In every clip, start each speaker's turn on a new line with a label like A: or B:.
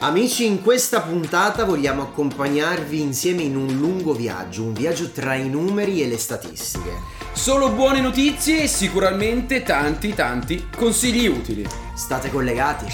A: Amici, in questa puntata vogliamo accompagnarvi insieme in un lungo viaggio, un viaggio tra i numeri e le statistiche.
B: Solo buone notizie e sicuramente tanti tanti consigli utili.
A: State collegati?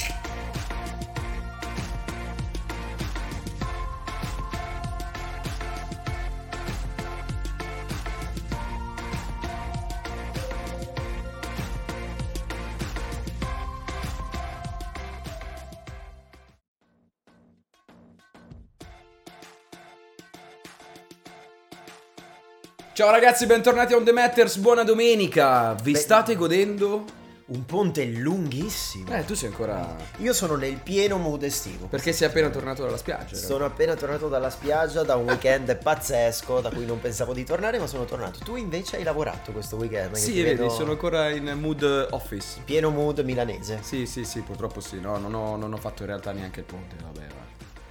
B: Ciao ragazzi, bentornati a On The Matters, buona domenica. Vi
A: Beh-
B: state godendo?
A: Un ponte lunghissimo.
B: Eh, tu sei ancora...
A: Io sono nel pieno mood estivo.
B: Perché sei appena tornato dalla spiaggia?
A: Sono appena tornato dalla spiaggia da un weekend pazzesco da cui non pensavo di tornare, ma sono tornato. Tu invece hai lavorato questo weekend? che
B: Sì,
A: ti
B: vedi,
A: vedo
B: sono ancora in mood office.
A: pieno mood milanese.
B: Sì, sì, sì, purtroppo sì. No, non ho, non ho fatto in realtà neanche il ponte, vabbè. va.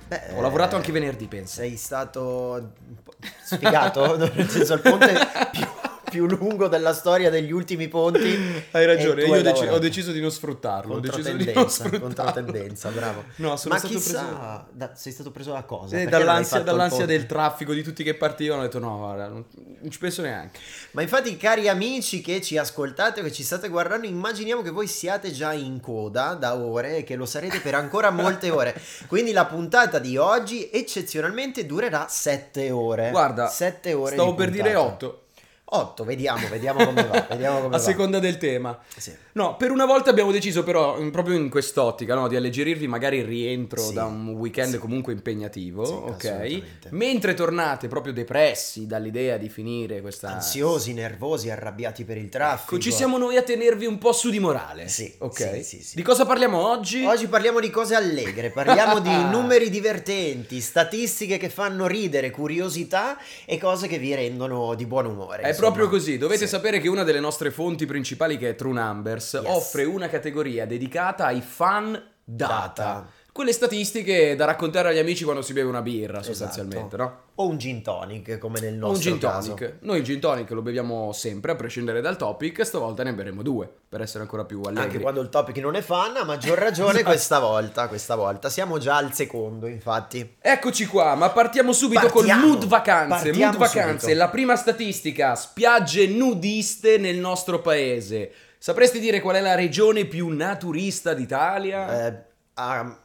A: Beh,
B: Ho lavorato
A: eh,
B: anche venerdì, pensa.
A: Sei stato un po' sfigato, no? nel senso il ponte più, più lungo della storia degli ultimi ponti.
B: Hai ragione,
A: e tu
B: io
A: hai
B: ho, deci-
A: lavorato.
B: ho deciso di non sfruttarlo. Ho deciso di non
A: Controtendenza,
B: sfruttarlo.
A: controtendenza, bravo.
B: No, sono
A: Ma
B: stato
A: chissà,
B: preso...
A: da- sei stato preso da cosa?
B: Eh,
A: Perché non hai
B: dall'ansia,
A: fatto il
B: dall'ansia
A: ponte?
B: del traffico di tutti che partivano, ho detto no, guarda, non, non ci penso neanche.
A: Ma infatti, cari amici che ci ascoltate o che ci state guardando, immaginiamo che voi siate già in coda da ore e che lo sarete per ancora molte ore. Quindi la puntata di oggi eccezionalmente durerà 7 ore.
B: Guarda,
A: 7 Eh, ore.
B: Stavo
A: di
B: per dire
A: puntata.
B: 8,
A: 8, vediamo, vediamo come va. Vediamo come
B: a
A: va.
B: seconda del tema.
A: Sì.
B: No, per una volta abbiamo deciso però, in- proprio in quest'ottica, no, di alleggerirvi magari il rientro
A: Sì.
B: da un weekend
A: Sì.
B: comunque impegnativo,
A: Sì,
B: ok?
A: assolutamente.
B: Mentre tornate proprio depressi dall'idea di finire questa...
A: Ansiosi, nervosi, arrabbiati per il traffico.
B: Ecco, Ci siamo noi a tenervi un po' su di morale.
A: Sì,
B: ok.
A: sì, sì, sì.
B: Di cosa parliamo oggi?
A: Oggi parliamo di cose allegre, parliamo di numeri divertenti, statistiche che fanno ridere, curiosità e cose che vi rendono di buon umore.
B: È
A: insomma.
B: proprio così, dovete
A: Sì.
B: sapere che una delle nostre fonti principali che è True Numbers
A: Yes.
B: offre una categoria dedicata ai fan data.
A: Data.
B: Quelle statistiche da raccontare agli amici quando si beve una birra
A: Esatto.
B: sostanzialmente, no?
A: O un gin tonic, come nel
B: O un
A: nostro
B: gin
A: caso.
B: tonic. Noi il gin tonic lo beviamo sempre, a prescindere dal topic, stavolta ne beremo due, per essere ancora più allegri.
A: Anche quando il topic non è fan, a maggior ragione
B: Esatto.
A: questa volta, questa volta. Siamo già al secondo, infatti.
B: Eccoci qua, ma partiamo subito
A: Partiamo,
B: col mood vacanze.
A: partiamo
B: Mood vacanze,
A: subito.
B: la prima statistica, spiagge nudiste nel nostro paese. Sapresti dire qual è la regione più naturista d'Italia?
A: Eh, a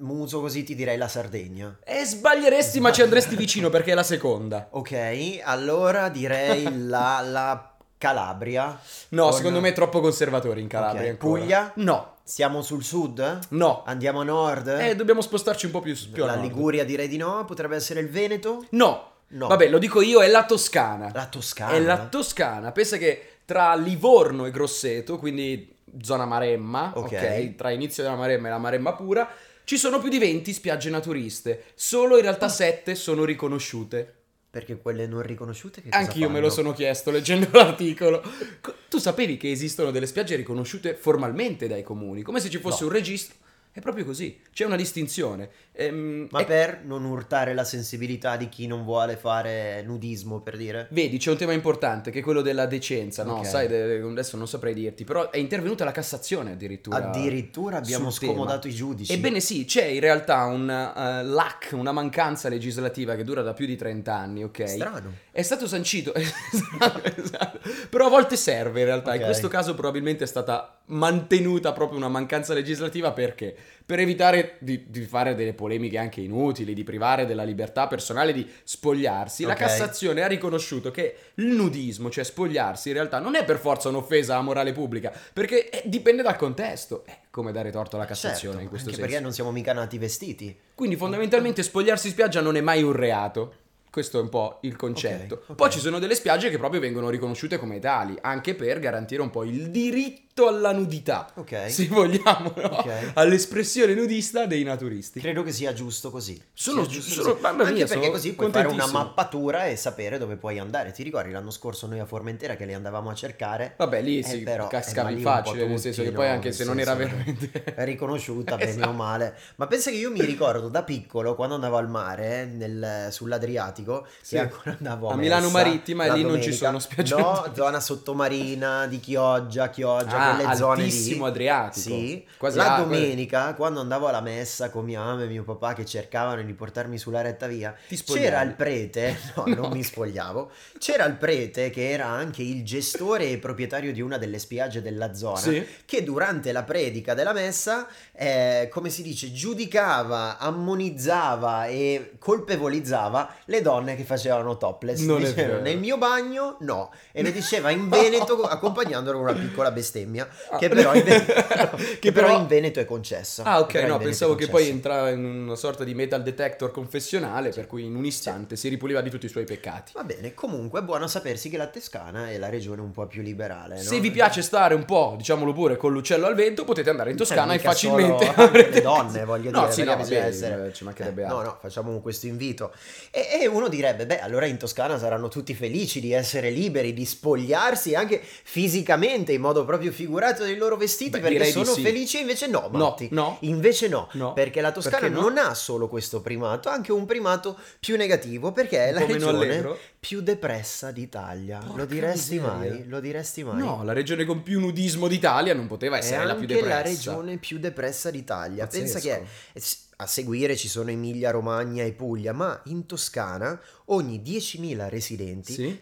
A: muso così ti direi la Sardegna.
B: E Eh, sbaglieresti, ma ci andresti vicino perché è la seconda.
A: Ok, allora direi la, la Calabria.
B: No,
A: Con-
B: secondo me è troppo conservatore in Calabria.
A: Oh, Ok,
B: ancora.
A: Puglia?
B: No,
A: Siamo sul sud?
B: no.
A: Andiamo a nord?
B: Eh, dobbiamo spostarci un po' più, più a
A: la
B: nord.
A: Liguria direi di no, potrebbe essere il Veneto?
B: No.
A: No. Eh.
B: Vabbè, lo dico io, è la Toscana.
A: La Toscana?
B: È la Toscana. Pensa che tra Livorno e Grosseto, quindi zona Maremma,
A: Ok.
B: ok, tra inizio della Maremma e la Maremma pura, ci sono più di 20 spiagge naturiste. Solo in
A: Ah.
B: realtà 7 sono riconosciute.
A: Perché quelle non riconosciute che cosa
B: Anche io me
A: fanno?
B: lo sono chiesto leggendo l'articolo. Co- Tu sapevi che esistono delle spiagge riconosciute formalmente dai comuni, come se ci fosse
A: No.
B: un registro. È proprio così, c'è una distinzione. Ehm,
A: Ma
B: e-
A: per non urtare la sensibilità di chi non vuole fare nudismo, per dire?
B: Vedi, c'è un tema importante che è quello della decenza, no?
A: Ok.
B: Sai, de- adesso non saprei dirti, però è intervenuta la Cassazione addirittura.
A: Addirittura abbiamo
B: sul tema.
A: scomodato i giudici.
B: Ebbene sì, c'è in realtà un eh, lack, una mancanza legislativa che dura da più di 30 anni, ok?
A: Strano.
B: È stato sancito, esatto, esatto. però a volte serve in realtà.
A: Ok.
B: In questo caso probabilmente è stata mantenuta proprio una mancanza legislativa perché? Per evitare di, di fare delle polemiche anche inutili, di privare della libertà personale, di spogliarsi, la
A: Ok.
B: Cassazione ha riconosciuto che il nudismo, cioè spogliarsi, in realtà non è per forza un'offesa a morale pubblica, perché eh, dipende dal contesto. È come dare torto alla Cassazione
A: Certo,
B: in questo
A: anche
B: senso.
A: perché non siamo mica nati vestiti.
B: Quindi fondamentalmente spogliarsi in spiaggia non è mai un reato. Questo è un po' il concetto.
A: Ok, ok.
B: Poi ci sono delle spiagge che proprio vengono riconosciute come tali, anche per garantire un po' il diritto alla nudità.
A: Ok.
B: Se vogliamo, no?
A: Ok.
B: all'espressione nudista dei naturisti.
A: Credo che sia giusto così.
B: Sono
A: Sia
B: giusto, sono- mamma
A: Anche
B: mia,
A: perché
B: sono
A: così puoi fare una
B: contentissimo.
A: mappatura e sapere dove puoi andare. Ti ricordi l'anno scorso noi a Formentera che le andavamo a cercare?
B: Vabbè, lì
A: Eh,
B: si
A: però, eh, ma
B: cascava
A: lì
B: in
A: un po'
B: facile, nel
A: tutti,
B: senso che
A: no?
B: poi anche
A: Nel
B: se non
A: senso
B: era
A: che-
B: veramente...
A: è riconosciuta bene
B: Esatto.
A: o male. Ma pensa che io mi ricordo da piccolo quando andavo al mare nel- sull'Adriatico,
B: Sì.
A: che ancora andavo a,
B: A Milano
A: messa
B: Marittima e
A: la
B: lì non ci
A: domenica.
B: sono spiagge
A: No,
B: naturali.
A: zona sottomarina di Chioggia, Chioggia,
B: Ah, ah,
A: quelle zone
B: altissimo
A: lì.
B: Adriatico.
A: Sì,
B: Quasi
A: la
B: a-
A: domenica quando andavo alla messa con mia mamma e mio papà che cercavano di portarmi sulla retta via,
B: Ti spogliavi.
A: c'era il prete, no,
B: No.
A: non mi spogliavo, c'era il prete che era anche il gestore e proprietario di una delle spiagge della zona,
B: Sì.
A: che durante la predica della messa, eh, come si dice, giudicava, ammonizzava e colpevolizzava le donne che facevano topless.
B: Non è
A: Diceva,
B: vero.
A: nel mio bagno no, e lo diceva in Veneto accompagnandolo con una piccola bestemmia che però in, Ve-
B: Ah. Che
A: che però
B: però-
A: in Veneto è concessa.
B: Ah, ok,
A: Però in Veneto
B: no,
A: è
B: pensavo che
A: concessa.
B: poi entrava in una sorta di metal detector confessionale, per cui in un istante si ripuliva di tutti i suoi peccati.
A: Va bene, comunque è buono sapersi che la Toscana è la regione un po' più liberale. Eh, no?
B: Se vi piace stare un po', diciamolo pure, con l'uccello al vento, potete andare in
A: Cioè,
B: Toscana e
A: mica
B: facilmente
A: solo
B: avrete-
A: le donne, voglio
B: No,
A: dire,
B: sì, no,
A: perché bisogna
B: vabbè,
A: essere-
B: ci mancherebbe
A: Eh,
B: altro.
A: No, no, facciamo questo invito. E, e uno direbbe, beh, allora in Toscana saranno tutti felici di essere liberi, di spogliarsi anche fisicamente, in modo proprio figurato, dei loro vestiti,
B: Beh,
A: perché
B: direi di
A: sono
B: sì.
A: felici, invece no,
B: No,
A: Matti.
B: no.
A: Invece no,
B: No,
A: perché la Toscana
B: perché no?
A: non ha solo questo primato, ha anche un primato più negativo, perché è
B: Un
A: la
B: po' meno
A: regione
B: allegro.
A: più depressa d'Italia.
B: Porca
A: Lo diresti
B: miseria.
A: mai? Lo diresti mai?
B: No, la regione con più nudismo d'Italia non poteva
A: È
B: essere
A: anche
B: Eh, la più depressa.
A: la regione più depressa d'Italia. Pensa
B: Pazzesco.
A: che eh, s- a seguire ci sono Emilia, Romagna e Puglia, ma in Toscana ogni 10.000 residenti,
B: Sì.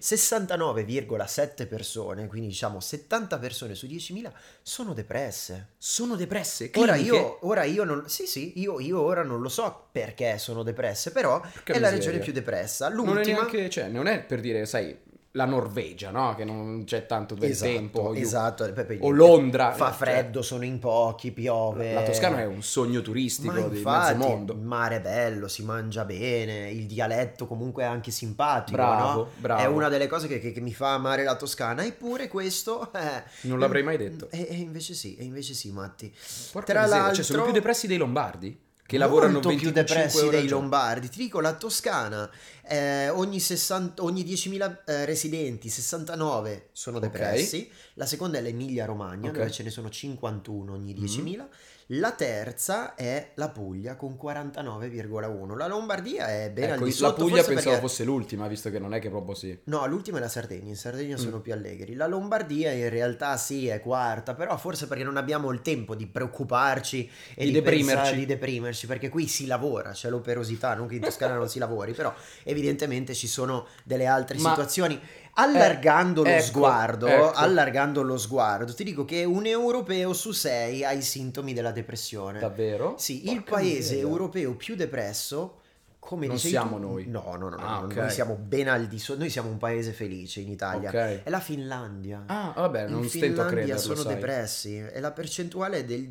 A: 69,7 persone, quindi diciamo 70 persone su 10.000 sono depresse.
B: Sono depresse,
A: Ora
B: cliniche?
A: io, ora io non, sì, sì, io, io ora non lo so perché sono depresse, però
B: Porca
A: è la
B: miseria.
A: regione più depressa.
B: Non è
A: L'ultima,
B: neanche, cioè, non è per dire, sai, la Norvegia, no? Che non c'è tanto bel
A: Esatto,
B: tempo. io-
A: esatto. Beh, poi
B: o Londra.
A: fa
B: Cioè,
A: freddo, sono in pochi, piove.
B: La Toscana è un sogno turistico
A: Ma
B: di
A: infatti,
B: mezzo mondo.
A: Il mare è bello, si mangia bene, il dialetto comunque è anche simpatico.
B: Bravo,
A: no?
B: bravo.
A: È una delle cose che, che- che mi fa amare la Toscana, eppure questo. eh,
B: Non l'avrei mai detto.
A: E, e invece sì, e invece sì, Matti.
B: Porca
A: eh, Tra
B: miseria,
A: l'altro-
B: cioè, sono più depressi dei lombardi che lavorano
A: Molto
B: 25
A: più depressi
B: ore al
A: dei
B: giorno.
A: lombardi. Ti dico, la Toscana, eh, ogni, 60 ogni 10.000 eh, residenti, 69 sono
B: Ok.
A: depressi. La seconda è l'Emilia-Romagna,
B: Ok. Mm-hmm.
A: dove ce ne sono 51 ogni 10.000. La terza è la Puglia con 49,1. La Lombardia è ben al
B: Ecco,
A: di
B: la
A: sotto,
B: Puglia
A: forse
B: pensavo
A: perché- Eh.
B: fosse l'ultima, visto che non è che proprio sì.
A: No, l'ultima è la Sardegna, in Sardegna
B: Mm.
A: sono più allegri. La Lombardia in realtà sì è quarta, però forse perché non abbiamo il tempo di preoccuparci e di,
B: Di deprimerci.
A: pensare- di deprimerci, perché qui si lavora, c'è l'operosità, non che in Toscana non si lavori, però evidentemente ci sono delle altre
B: Ma-
A: situazioni. Allargando lo
B: ecco,
A: sguardo,
B: ecco.
A: allargando lo sguardo, ti dico che un europeo su sei ha i sintomi della depressione.
B: Davvero?
A: Sì, il
B: Porca
A: paese
B: miseria.
A: europeo più depresso, come
B: Non
A: dicevi
B: siamo
A: tu-
B: noi.
A: No, no, no, no,
B: Ah,
A: no,
B: ok.
A: noi siamo ben al di sotto, noi siamo un paese felice in Italia.
B: Ok.
A: È la Finlandia.
B: Ah, vabbè, non
A: in
B: stento a
A: Finlandia
B: crederlo,
A: sono
B: sai.
A: depressi e la percentuale è del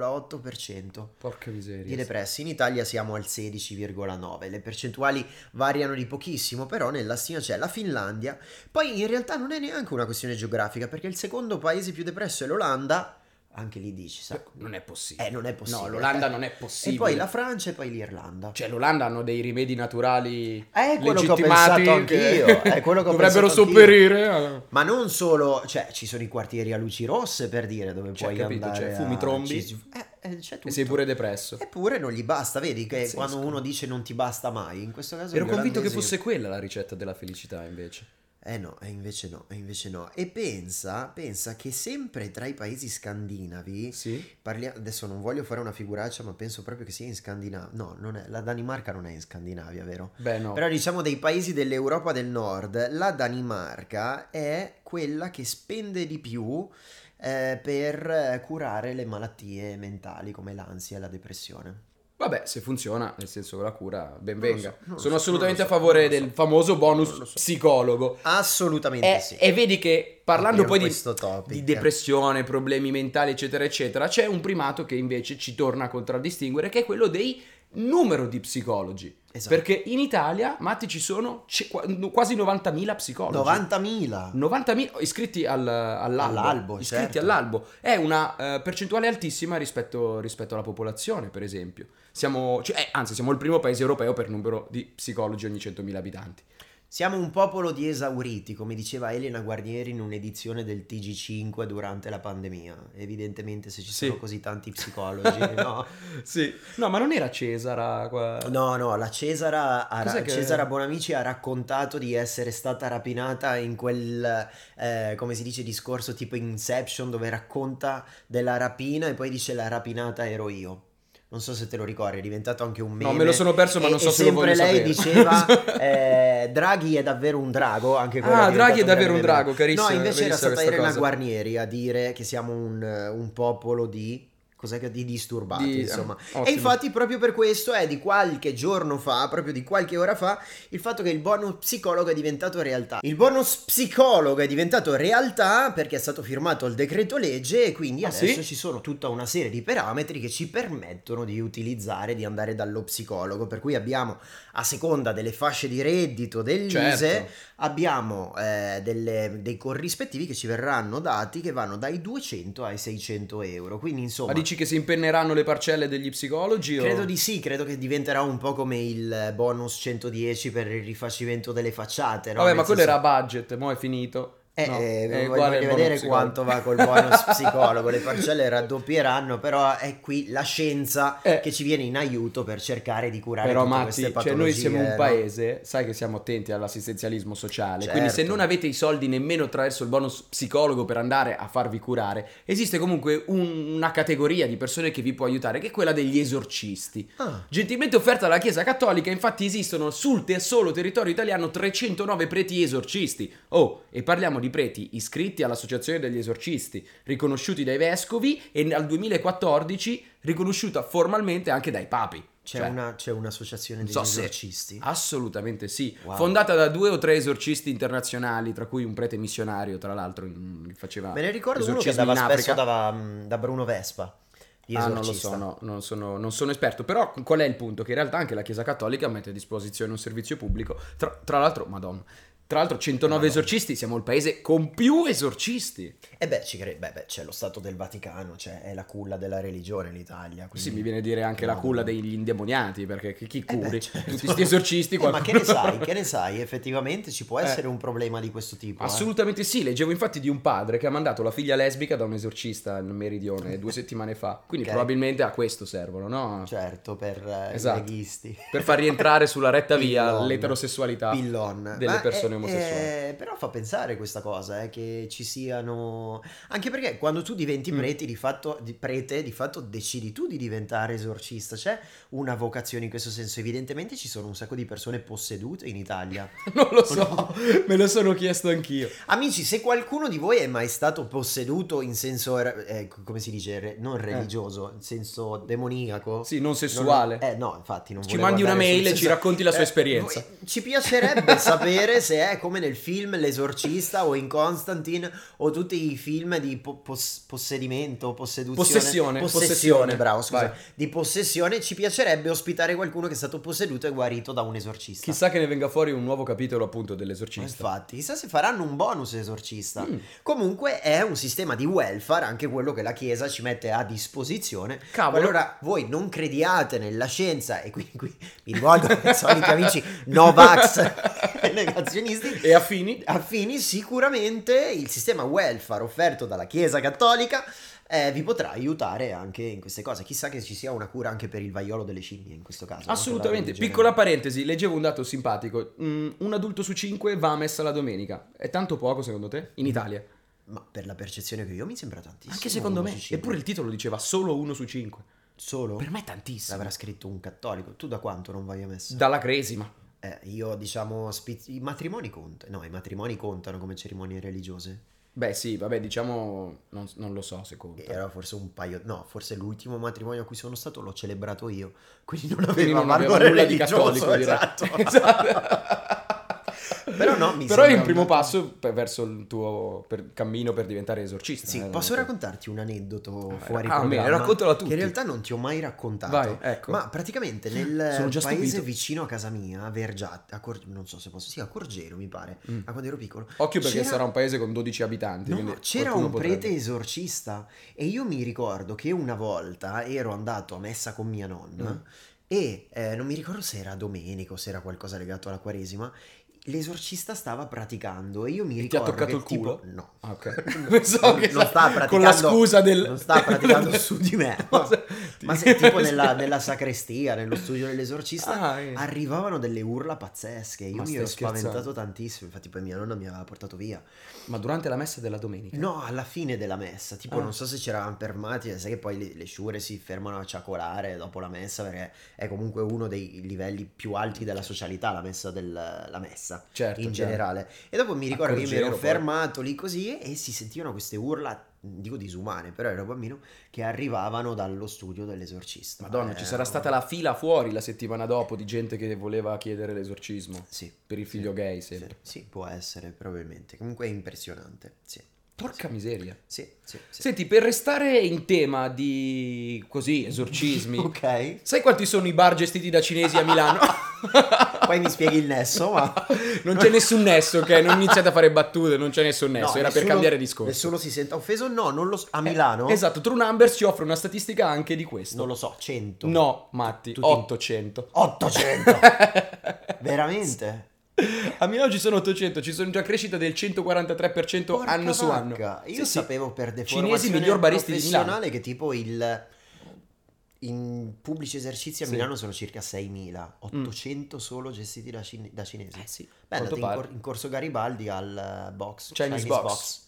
A: 18,8%
B: Porca miseria.
A: di depressi. In Italia siamo al 16,9. Le percentuali variano di pochissimo, però nella stima c'è la Finlandia. Poi in realtà non è neanche una questione geografica, perché il secondo paese più depresso è l'Olanda. Anche lì dici, sa,
B: Non è possibile.
A: eh, non è possibile.
B: No, l'Olanda
A: Eh.
B: non è possibile.
A: E poi la Francia e poi l'Irlanda.
B: Cioè, l'Olanda hanno dei rimedi naturali
A: Eh, quello che ho
B: Cioè, legittimati
A: pensato anch'io,
B: che
A: è quello che ho
B: dovrebbero
A: pensato anch'io.
B: sopperire. eh. a-
A: Ma non solo, cioè ci sono i quartieri a luci rosse per dire dove
B: Cioè,
A: puoi
B: capito,
A: andare.
B: cioè,
A: a-
B: fumi, trombi.
A: ci- eh, eh, c'è tutto.
B: E sei pure depresso.
A: Eppure non gli basta, vedi che
B: Pazzesco.
A: quando uno dice non ti basta mai, in questo caso...
B: Ero
A: gli
B: convinto che
A: olandesi-
B: fosse quella la ricetta della felicità, invece.
A: Eh no, e invece no, e invece no. E pensa, pensa che sempre tra i paesi scandinavi...
B: Sì?
A: parlia- adesso non voglio fare una figuraccia, ma penso proprio che sia in Scandinavia. No, non è, la Danimarca non è in Scandinavia, vero?
B: Beh, no.
A: Però diciamo dei paesi dell'Europa del Nord, la Danimarca è quella che spende di più eh, per eh, curare le malattie mentali come l'ansia e la depressione.
B: Vabbè, se funziona, nel senso che la cura, ben
A: Non lo
B: venga.
A: so, non lo
B: Sono
A: so,
B: assolutamente a
A: non lo so,
B: favore
A: non lo so.
B: del famoso
A: Non lo
B: bonus
A: so.
B: psicologo.
A: Assolutamente
B: E,
A: sì.
B: e vedi che Eh, parlando
A: Apriamo
B: poi di,
A: questo topic.
B: di depressione, problemi mentali, eccetera, eccetera, c'è un primato che invece ci torna a contraddistinguere, che è quello dei numero di psicologi.
A: Esatto.
B: Perché in Italia, Matti, ci sono ci- qua- quasi 90.000 psicologi.
A: 90.000.
B: 90.000 iscritti al- all'albo,
A: All'albo,
B: iscritti
A: certo.
B: all'albo è una eh, percentuale altissima rispetto, rispetto alla popolazione, per esempio. Siamo, cioè, eh, anzi, siamo il primo paese europeo per numero di psicologi ogni 100.000 abitanti.
A: Siamo un popolo di esauriti, come diceva Elena Guarnieri in un'edizione del TG5 durante la pandemia. Evidentemente se ci
B: Sì.
A: sono così tanti psicologi, no?
B: sì. No, ma non era Cesara qua.
A: No, no, la Cesara, ha-
B: Cos'è che-
A: Cesara Bonamici ha raccontato di essere stata rapinata in quel, eh, come si dice, discorso tipo Inception dove racconta della rapina e poi dice la rapinata ero io. Non so se te lo ricordi, è diventato anche un meme.
B: No, me lo sono perso, ma
A: E-
B: non so
A: e
B: se lo voglio
A: sempre lei
B: sapere.
A: diceva eh, Draghi è davvero un drago, anche quello
B: Ah,
A: è
B: Draghi è
A: diventato
B: davvero un
A: grande meme.
B: drago, carissimo.
A: No, invece era
B: bellissima
A: stata
B: questa
A: Elena
B: cosa.
A: Guarnieri a dire che siamo un, un popolo di... Cos'è che di disturbati,
B: Di- eh,
A: insomma.
B: ottimo.
A: E infatti proprio per questo è di qualche giorno fa, proprio di qualche ora fa, il fatto che il bonus psicologo è diventato realtà. Il bonus psicologo è diventato realtà perché è stato firmato il decreto legge e quindi
B: Ah,
A: adesso
B: sì?
A: ci sono tutta una serie di parametri che ci permettono di utilizzare, di andare dallo psicologo. Per cui abbiamo, a seconda delle fasce di reddito dell'ISE,
B: Certo.
A: abbiamo eh, delle- dei corrispettivi che ci verranno dati che vanno dai 200 ai 600 euro. Quindi insomma...
B: Ma dici che si impenneranno le parcelle degli psicologi? o-
A: Credo di sì, credo che diventerà un po' come il bonus 110 per il rifacimento delle facciate. No?
B: Vabbè,
A: Nel
B: ma quello
A: senso-
B: era budget, mo' è finito.
A: Eh,
B: No,
A: eh,
B: è
A: voglio
B: uguale al bonus
A: vedere
B: psicologo.
A: quanto va col bonus psicologo. Le parcelle raddoppieranno, però è qui la scienza
B: Eh.
A: che ci viene in aiuto per cercare di curare
B: Però
A: tutte
B: Matti,
A: queste
B: cioè
A: patologie.
B: noi siamo un
A: no?
B: paese, sai che siamo attenti all'assistenzialismo sociale,
A: Certo.
B: quindi se non avete i soldi nemmeno attraverso il bonus psicologo per andare a farvi curare, esiste comunque un- una categoria di persone che vi può aiutare, che è quella degli esorcisti.
A: Ah,
B: Gentilmente offerta dalla Chiesa Cattolica, infatti esistono sul te- solo territorio italiano 309 preti esorcisti. Oh, e parliamo di preti iscritti all'Associazione degli Esorcisti, riconosciuti dai vescovi e al 2014 riconosciuta formalmente anche dai papi.
A: c'è,
B: Cioè,
A: una- c'è un'associazione
B: non
A: degli
B: so se-
A: esorcisti.
B: Assolutamente sì.
A: Wow.
B: Fondata da due o tre esorcisti internazionali, tra cui un prete missionario, tra l'altro, in- che faceva.
A: Me ne ricordo uno che
B: Ah, esorcismi
A: andava
B: in
A: spesso
B: Africa.
A: dava, mh, da Bruno Vespa. di
B: Ah, non lo
A: esorcista.
B: so, no, non, sono, non sono esperto. Però qual è il punto? Che in realtà anche la Chiesa Cattolica mette a disposizione un servizio pubblico. Tra, tra l'altro, madonna. Tra l'altro, 109
A: Madonna.
B: esorcisti, siamo il paese con più esorcisti.
A: E Eh beh, ci cre- beh, beh, c'è lo Stato del Vaticano, cioè, è la culla della religione l'Italia. Quindi...
B: Sì, mi viene a dire anche la
A: No,
B: culla
A: no.
B: degli indemoniati, perché chi, chi
A: Eh
B: curi?
A: beh, certo.
B: Tutti questi esorcisti.
A: Eh, ma che
B: qualcuno-
A: ne sai? Che ne sai? Effettivamente ci può
B: Eh.
A: essere un problema di questo tipo. eh.
B: Assolutamente sì, leggevo infatti di un padre che ha mandato la figlia lesbica da un esorcista nel meridione due settimane fa, quindi
A: Ok.
B: probabilmente a questo servono, no?
A: Certo, per eh,
B: Esatto.
A: i leghisti.
B: per far rientrare sulla retta via
A: Pillon.
B: l'eterosessualità
A: Pillon.
B: delle
A: Ma
B: persone
A: è-
B: omosessuali.
A: è- però fa pensare questa cosa, eh, che ci siano... Anche perché quando tu diventi
B: Mm.
A: prete, di fatto, di- prete, di fatto decidi tu di diventare esorcista. C'è una vocazione in questo senso. Evidentemente ci sono un sacco di persone possedute in Italia.
B: Non lo so, me lo sono chiesto anch'io.
A: Amici, se qualcuno di voi è mai stato posseduto in senso, eh, come si dice, re-
B: Eh.
A: non religioso, in senso demoniaco?
B: Sì, non sessuale.
A: Non- eh no, infatti non
B: Ci
A: volevo
B: mandi una
A: andare sul
B: mail e ci
A: senso-
B: racconti la sua
A: Eh,
B: esperienza.
A: voi- ci piacerebbe sapere se è come nel film L'esorcista o in Constantine o tutti i film di po- pos- possedimento, posseduzione.
B: Possessione,
A: Possessione,
B: possessione.
A: bravo, scusa.
B: Vai.
A: Di possessione ci piacerebbe ospitare qualcuno che è stato posseduto e guarito da un esorcista.
B: Chissà che ne venga fuori un nuovo capitolo appunto dell'esorcista.
A: Infatti, chissà se faranno un bonus esorcista.
B: Mm.
A: Comunque è un sistema di welfare, anche quello che la Chiesa ci mette a disposizione.
B: Cavolo.
A: Allora, voi non crediate nella scienza, e quindi qui mi rivolgo ai soliti amici Novax e negazionisti.
B: E affini?
A: Affini, sicuramente il sistema welfare offerto dalla Chiesa Cattolica eh, vi potrà aiutare anche in queste cose. Chissà che ci sia una cura anche per il vaiolo delle scimmie in questo caso. no?
B: Assolutamente,
A: Per la religione.
B: piccola parentesi, leggevo un dato simpatico, Mm, un adulto su cinque va a messa la domenica, è tanto poco secondo te? In Italia?
A: Ma per la percezione che io ho, mi sembra tantissimo.
B: Anche secondo
A: Mm. uno
B: me,
A: su cinque.
B: eppure il titolo diceva solo uno su cinque.
A: Solo?
B: Per me è tantissimo.
A: L'avrà scritto un cattolico. Tu da quanto non vai a messa?
B: Dalla cresima.
A: Eh, io diciamo spiz- i matrimoni contano. No, i matrimoni contano come cerimonie religiose.
B: Beh, sì, vabbè, diciamo. Non, non lo so se conta.
A: Era forse un paio. No, forse l'ultimo matrimonio a cui sono stato l'ho celebrato io. Quindi non aveva
B: Quindi non aveva
A: valore
B: nulla di
A: religioso,
B: cattolico, direi.
A: esatto.
B: Esatto.
A: Però no, mi
B: Però è
A: sembra
B: un primo
A: un-
B: passo per- verso il tuo per- cammino per diventare esorcista.
A: Sì,
B: eh,
A: posso
B: non-
A: raccontarti un aneddoto
B: Ah,
A: fuori
B: ah, bene,
A: programma?
B: raccontalo a
A: Che
B: tutti.
A: in realtà non ti ho mai raccontato.
B: Vai, ecco.
A: Ma praticamente nel
B: Sono già
A: paese
B: stupito.
A: vicino a casa mia, a Vergiate, a Cor- non so se posso, sì, a Corgero mi pare,
B: Mm.
A: a quando ero piccolo,
B: Occhio perché
A: C'era-
B: sarà un paese con 12 abitanti.
A: No,
B: quindi
A: c'era
B: qualcuno
A: un
B: potrebbe-
A: prete esorcista e io mi ricordo che una volta ero andato a messa con mia
B: Mm.
A: nonna e eh, non mi ricordo se era domenica o se era qualcosa legato alla quaresima. l'esorcista stava praticando e io mi
B: E ti ha
A: ricordo
B: toccato
A: che
B: il culo?
A: tipo no.
B: Ah, ok. Pensavo
A: non,
B: che
A: non
B: sa-
A: sta praticando
B: con la scusa del
A: non sta praticando su di me. no.
B: Cosa-
A: Ma se tipo nella, nella sacrestia, nello studio dell'esorcista,
B: Ah, eh.
A: arrivavano delle urla pazzesche. Io
B: Ma
A: mi
B: stai
A: ero
B: scherzando?
A: spaventato tantissimo. Infatti, poi mia nonna mi aveva portato via.
B: Ma durante la messa della domenica.
A: No, alla fine della messa, tipo,
B: Ah.
A: non so se c'eravamo fermati, sai che poi le, le sciure si fermano a ciacolare dopo la messa, perché è comunque uno dei livelli più alti della socialità, la messa del, la messa
B: certo,
A: in
B: chiaro.
A: generale. E dopo mi ricordo che io mi ero
B: Accorgero, poi.
A: fermato lì così e si sentivano queste urla, dico disumane, però ero bambino, che arrivavano dallo studio dell'esorcista.
B: Madonna,
A: Eh,
B: ci sarà stata la fila fuori la settimana dopo di gente che voleva chiedere l'esorcismo
A: Sì.
B: per il figlio gay,
A: Sì,
B: sempre.
A: sì, può essere, probabilmente. Comunque è impressionante. Sì,
B: Porca miseria.
A: sì, sì. sì.
B: Senti, per restare in tema di così esorcismi,
A: Ok.
B: sai quanti sono i bar gestiti da cinesi a Milano?
A: Poi mi spieghi il nesso, ma...
B: Non c'è nessun nesso, ok? Non iniziate a fare battute, non c'è nessun
A: No,
B: nesso, era per
A: nessuno-
B: cambiare discorso.
A: Nessuno si senta offeso? No, non lo so. A Milano?
B: Eh, esatto, True Numbers ci offre una statistica anche di questo.
A: Non lo so, 100.
B: No, Matti,
A: Tutti-
B: 800.
A: 800. Veramente?
B: A Milano ci sono 800, ci sono già crescita del 143%
A: Porca
B: anno su anno.
A: vacca. Io
B: Sì, sì.
A: sapevo per deformazione
B: Cinesi miglior baristi di Milano.
A: professionale che tipo il... In pubblici esercizi a
B: Sì. Mm.
A: Milano sono circa 6.000, 800 solo gestiti da, cin- da cinesi.
B: Eh sì,
A: Beh,
B: quanto
A: andate in,
B: pare.
A: cor- in corso Garibaldi al eh, box
B: Chinese box.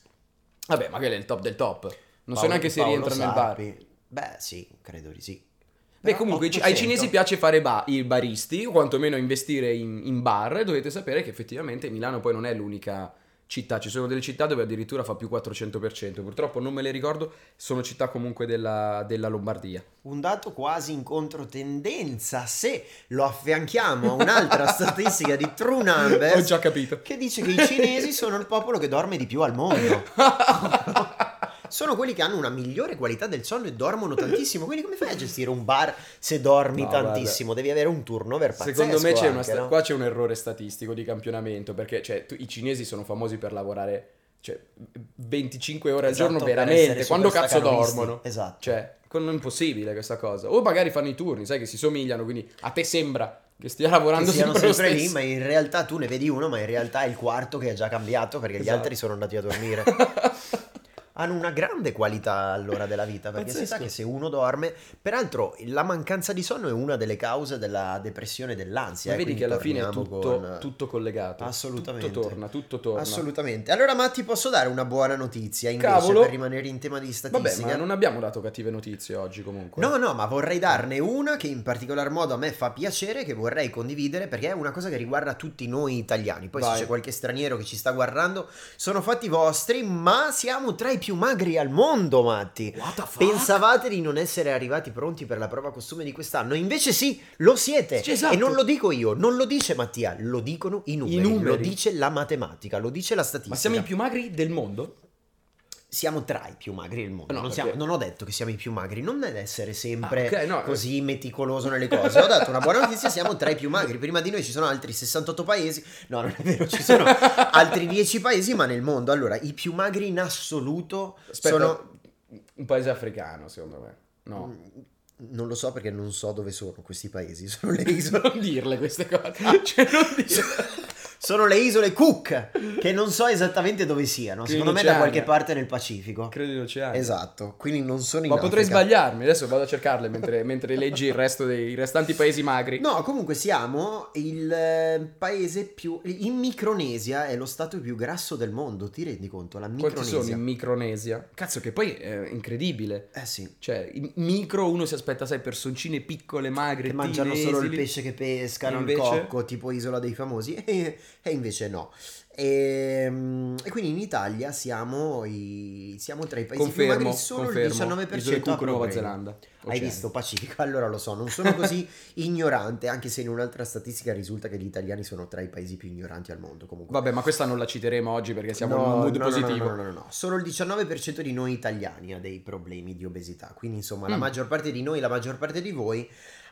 B: Vabbè, ma quello è il top del top. Non so
A: Paolo-
B: neanche se
A: Paolo
B: rientra nel bar.
A: Sarpi. Beh, sì, credo di sì.
B: Beh,
A: Però
B: comunque ci- ai
A: 800.
B: cinesi piace fare ba- i baristi, o quantomeno investire in, in bar. Dovete sapere che effettivamente Milano poi non è l'unica città. Ci sono delle città dove addirittura fa più 400%. Purtroppo non me le ricordo, sono città comunque della, della Lombardia.
A: Un dato quasi in controtendenza se lo affianchiamo a un'altra statistica di True
B: Ho
A: Numbers
B: già capito.
A: che dice che i cinesi sono il popolo che dorme di più al mondo. Sono quelli che hanno una migliore qualità del sonno e dormono tantissimo. Quindi come fai a gestire un bar se dormi
B: No,
A: tantissimo? Devi avere un turnover pazzesco.
B: Secondo me c'è una
A: anche,
B: sta-
A: no?
B: qua c'è un errore statistico di campionamento perché cioè, tu- i cinesi sono famosi per lavorare cioè, 25 ore al
A: Esatto,
B: giorno
A: per
B: veramente,
A: essere
B: quando cazzo
A: superstacaronisti.
B: dormono.
A: Esatto.
B: Cioè, con- non è impossibile questa cosa. O magari fanno i turni, sai che si somigliano, quindi a te sembra che stia lavorando
A: che siano
B: sempre, lo
A: sempre lì,
B: stesso.
A: ma in realtà tu ne vedi uno, ma in realtà è il quarto che è già cambiato perché gli
B: Esatto.
A: altri sono andati a dormire. Hanno una grande qualità allora della vita perché si sa
B: Pazzesco.
A: che se uno dorme, peraltro la mancanza di sonno è una delle cause della depressione e dell'ansia.
B: Ma
A: eh,
B: vedi
A: quindi
B: che alla fine è
A: torniamo
B: tutto,
A: con- eh,
B: tutto collegato.
A: Assolutamente.
B: Tutto torna, tutto torna.
A: Assolutamente. Allora Matti posso dare una buona notizia invece
B: Cavolo.
A: per rimanere in tema di
B: Vabbè,
A: statistica.
B: ma non abbiamo dato cattive notizie oggi comunque.
A: No, no, ma vorrei darne una che in particolar modo a me fa piacere, che vorrei condividere perché è una cosa che riguarda tutti noi italiani. Poi
B: Vai.
A: se c'è qualche straniero che ci sta guardando, sono fatti vostri, ma siamo tra i più magri al mondo, Matti.
B: What the fuck?
A: Pensavate di non essere arrivati pronti per la prova costume di quest'anno, invece sì, lo siete.
B: Sì, esatto.
A: E non lo dico io, non lo dice Mattia, lo dicono i numeri,
B: numeri.
A: lo dice la matematica, lo dice la statistica.
B: ma siamo i più magri del mondo?
A: Siamo tra i più magri del mondo.
B: No,
A: non,
B: perché-
A: siamo- non ho detto che siamo i più magri, non deve essere sempre
B: Ah, ok, no.
A: così meticoloso nelle cose. Ho dato una buona notizia: siamo tra i più magri. Prima di noi ci sono altri 68 paesi. No, non è vero, ci sono altri 10 paesi, ma nel mondo. Allora, i più magri in assoluto
B: Aspetta,
A: sono. Mm,
B: un paese africano, secondo me. No.
A: Non lo so perché non so dove sono questi paesi. Sono le isole.
B: non dirle queste cose. Cioè, non dirle.
A: Sono le isole Cook, che non so esattamente dove siano.
B: Che
A: Secondo me da
B: l'oceano.
A: qualche parte nel Pacifico.
B: Credo in oceano.
A: Esatto, quindi non sono in
B: Ma potrei
A: Africa.
B: sbagliarmi, adesso vado a cercarle mentre, mentre leggi il resto dei i restanti paesi magri.
A: No, comunque siamo il eh, paese più... In Micronesia è lo stato più grasso del mondo, ti rendi conto? La
B: Quanti sono
A: Micronesia.
B: in Micronesia? Cazzo, che poi è incredibile.
A: Eh sì,
B: Cioè, in micro uno si aspetta, sai, personcine piccole, magre,
A: che mangiano
B: tine,
A: solo il
B: esili.
A: pesce che pescano,
B: Invece?
A: il cocco, tipo Isola dei Famosi, e, e invece no. E, mm, e quindi in Italia siamo, i- siamo tra i paesi più
B: Confermo,
A: magri, solo
B: confermo.
A: il 19%
B: Isole Cook,
A: ha
B: Nuova
A: problemi.
B: Zelanda.
A: Hai
B: Oceania.
A: visto Pacifico? Allora lo so, non sono così ignorante, anche se in un'altra statistica risulta che gli italiani sono tra i paesi più ignoranti al mondo comunque.
B: Vabbè, ma questa non la citeremo oggi perché siamo in
A: No,
B: un mood
A: no, no,
B: positivo.
A: No, no, no, no, no. Solo il 19% di noi italiani ha dei problemi di obesità. Quindi, insomma, la
B: Mm.
A: maggior parte di noi, la maggior parte di voi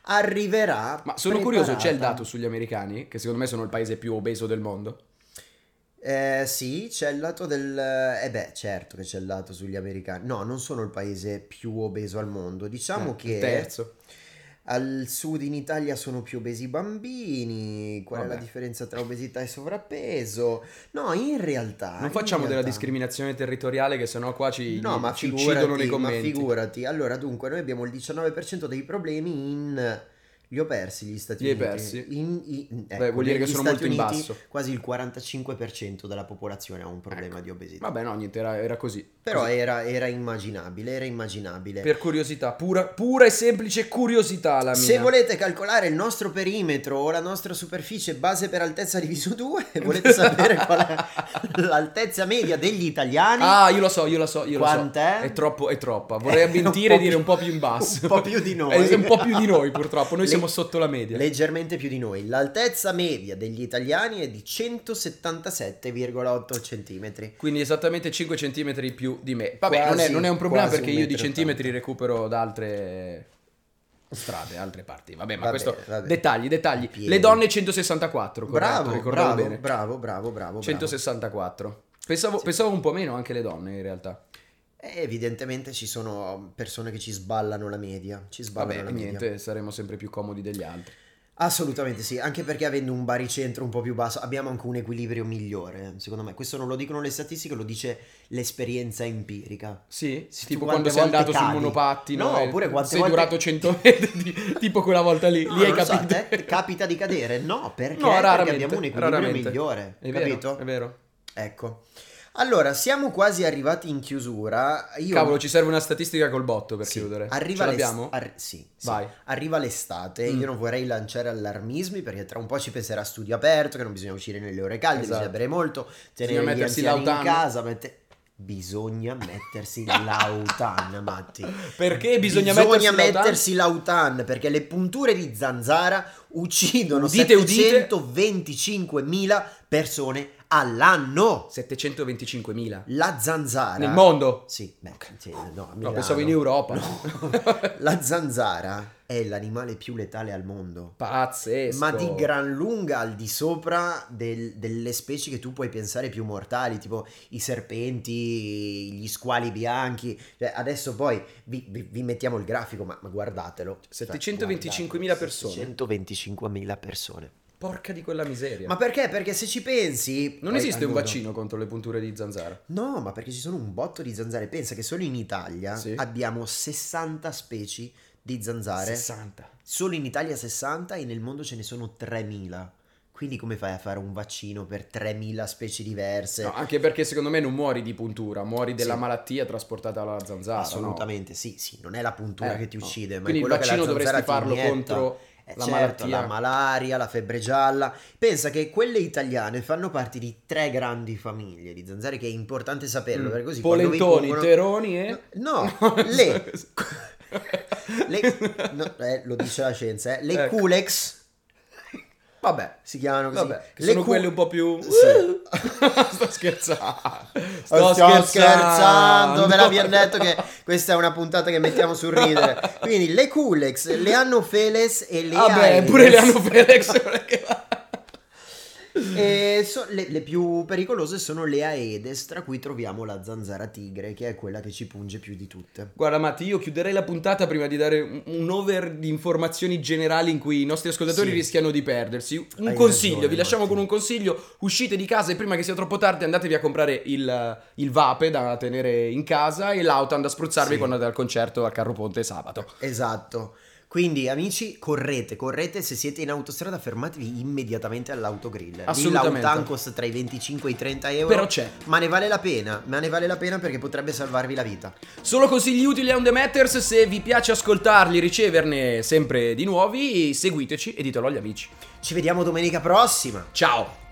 A: arriverà.
B: Ma sono
A: preparata.
B: curioso, c'è il dato sugli americani, che secondo me sono il paese più obeso del mondo.
A: Eh, sì, c'è il dato del. Eh beh, certo che c'è il dato sugli americani. No, non sono il paese più obeso al mondo. Diciamo
B: Eh,
A: che.
B: il terzo.
A: Al sud in Italia sono più obesi i bambini. Qual è la
B: Vabbè.
A: differenza tra obesità e sovrappeso? No, in realtà.
B: Non
A: in
B: facciamo della
A: realtà-
B: discriminazione territoriale che sennò qua ci,
A: No, ma
B: ci
A: figurati,
B: uccidono nei
A: ma
B: commenti.
A: figurati. Allora, dunque, noi abbiamo il 19% dei problemi in. Li ho persi gli Stati
B: Li hai
A: Uniti.
B: persi?
A: In- in-
B: Beh,
A: ecco,
B: vuol dire che
A: negli
B: sono
A: Stati
B: molto in
A: Uniti
B: basso.
A: Quasi il 45% della popolazione ha un problema
B: Ecco.
A: di obesità.
B: Vabbè, no, niente, era, era così.
A: Però
B: Così.
A: era, era immaginabile, era immaginabile.
B: Per curiosità, pura, pura e semplice curiosità la mia.
A: Se volete calcolare il nostro perimetro o la nostra superficie base per altezza diviso 2 e volete sapere qual è l'altezza media degli italiani,
B: Ah, io lo so, io lo so, io lo
A: Quant'è?
B: so. È troppo, è troppa.
A: Eh,
B: Vorrei
A: un
B: avventire e
A: po'
B: dire
A: più-
B: un po' più in basso.
A: un po' più di noi.
B: È un po' più di noi, purtroppo. Noi
A: Le-
B: siamo sotto la media.
A: leggermente più di noi, l'altezza media degli italiani è di 177,8 cm.
B: Quindi esattamente 5 centimetri più di me. Vabbè,
A: Quasi-
B: non, è, non è un problema
A: quasi
B: perché
A: un
B: io di
A: metro e
B: centimetri
A: ottanta.
B: recupero da altre strade, altre parti. Vabbè, ma
A: Vabbè,
B: questo...
A: vabbè.
B: Dettagli, dettagli.
A: Piedi.
B: Le donne 164, corretto,
A: Bravo,
B: ricordavo
A: bravo,
B: bene.
A: bravo, bravo, bravo, bravo.
B: 164. Pensavo,
A: Sì.
B: pensavo un po' meno anche le donne in realtà.
A: Eh, Evidentemente ci sono um, persone che ci sballano la media, ci sballano
B: Vabbè,
A: la media.
B: niente, saremo sempre più comodi degli altri.
A: Assolutamente sì, anche perché avendo un baricentro un po' più basso abbiamo anche un equilibrio migliore, eh, secondo me. Questo non lo dicono le statistiche, lo dice l'esperienza empirica.
B: Sì,
A: Sì,
B: tipo
A: tu
B: quando
A: quante
B: sei
A: volte
B: andato sul
A: cadi?
B: monopattino
A: No,
B: e
A: oppure quante
B: sei
A: volte-
B: durato 100 metri, di- tipo quella volta lì,
A: No,
B: lì hai
A: non lo so, eh, a
B: capito.
A: te capita di cadere? No, perché?
B: No,
A: perché
B: raramente,
A: abbiamo un equilibrio
B: raramente.
A: migliore,
B: È vero,
A: capito?
B: è vero.
A: Ecco. Allora, siamo quasi arrivati in chiusura. Io
B: Cavolo, ci serve una statistica col botto per
A: Sì,
B: chiudere.
A: Arriva
B: Ce
A: l'est-
B: l'abbiamo?
A: ar- sì, sì.
B: Vai.
A: Arriva l'estate,
B: Mm.
A: io non vorrei lanciare allarmismi perché tra un po' ci penserà studio aperto, che non bisogna uscire nelle ore calde,
B: Esatto.
A: bisogna bere molto, tenere gli
B: mettersi
A: anziani in
B: l'autunno.
A: casa, mette- bisogna mettersi l'autunno, Matti.
B: Perché bisogna, mettersi,
A: mettersi l'autunno perché le punture di zanzara uccidono
B: Udite, udite.
A: 725.000 persone all'anno.
B: 725.000
A: La zanzara
B: nel mondo.
A: Sì, beh, sì, no, a
B: No,
A: Milano.
B: pensavo in Europa.
A: La zanzara è l'animale più letale al mondo.
B: Pazzesco.
A: Ma di gran lunga al di sopra del- delle specie che tu puoi pensare più mortali, tipo i serpenti, gli squali bianchi. Cioè, adesso poi vi, vi- vi mettiamo il grafico, ma, ma guardatelo. Cioè,
B: 725.000 persone.
A: 725.000 persone.
B: Porca di quella miseria.
A: Ma perché? Perché se ci pensi...
B: non
A: poi,
B: esiste un
A: allora-
B: vaccino contro le punture di zanzara.
A: No, ma perché ci sono un botto di zanzare. Pensa che solo in Italia
B: Sì.
A: abbiamo 60 specie di zanzare.
B: 60.
A: Solo in Italia 60 e nel mondo ce ne sono 3000. Quindi come fai a fare un vaccino per 3000 specie diverse?
B: No, anche perché secondo me non muori di puntura, muori della
A: Sì.
B: malattia trasportata dalla zanzara.
A: Assolutamente sì, sì, non è la
B: no?
A: puntura
B: Eh,
A: che ti
B: no.
A: uccide, ma è
B: Quindi il
A: quello che la
B: vaccino dovresti
A: zanzara ti
B: farlo
A: inietta.
B: contro
A: Eh,
B: la
A: certo,
B: malattia.
A: la malaria, la febbre gialla. Pensa che quelle italiane fanno parte di tre grandi famiglie di zanzare che è importante saperlo,
B: Mm.
A: perché così quando vi
B: Polentoni,
A: pongono-
B: teroni e...
A: No, le, le- no, eh, lo dice la scienza, eh. le
B: Ecco.
A: culex
B: Vabbè.
A: si chiamano così.
B: Vabbè, che
A: le
B: sono
A: cu-
B: quelle un po' più... uh,
A: Sì.
B: Sto scherzando.
A: Oh, Stiamo scherzando, ve l'abbiamo detto che questa è una puntata che mettiamo sul ridere. Quindi le culex, le annofeles e le
B: Vabbè,
A: Aedes.
B: Ah, pure Leano Felix. perché-
A: E so- le, le più pericolose sono le aedes, tra cui troviamo la zanzara tigre, che è quella che ci punge più di tutte.
B: Guarda Matti, io chiuderei la puntata prima di dare un- un over di informazioni generali in cui i nostri ascoltatori
A: Sì.
B: rischiano di perdersi. Un
A: Hai
B: consiglio,
A: ragione,
B: vi lasciamo
A: Matti.
B: con un consiglio, uscite di casa e prima che sia troppo tardi andatevi a comprare il, il vape da tenere in casa e l'autan da spruzzarvi
A: Sì.
B: quando andate al concerto al Carro Ponte sabato.
A: Esatto. Quindi amici, correte, correte, se siete in autostrada fermatevi immediatamente all'autogrill.
B: Assolutamente.
A: Lì l'autan costa tra i 25 e i 30 euro.
B: Però c'è.
A: Ma ne vale la pena, ma ne vale la pena perché potrebbe salvarvi la vita.
B: Solo consigli utili a On The Matters, se vi piace ascoltarli e riceverne sempre di nuovi, seguiteci e ditelo agli amici.
A: Ci vediamo domenica prossima.
B: Ciao!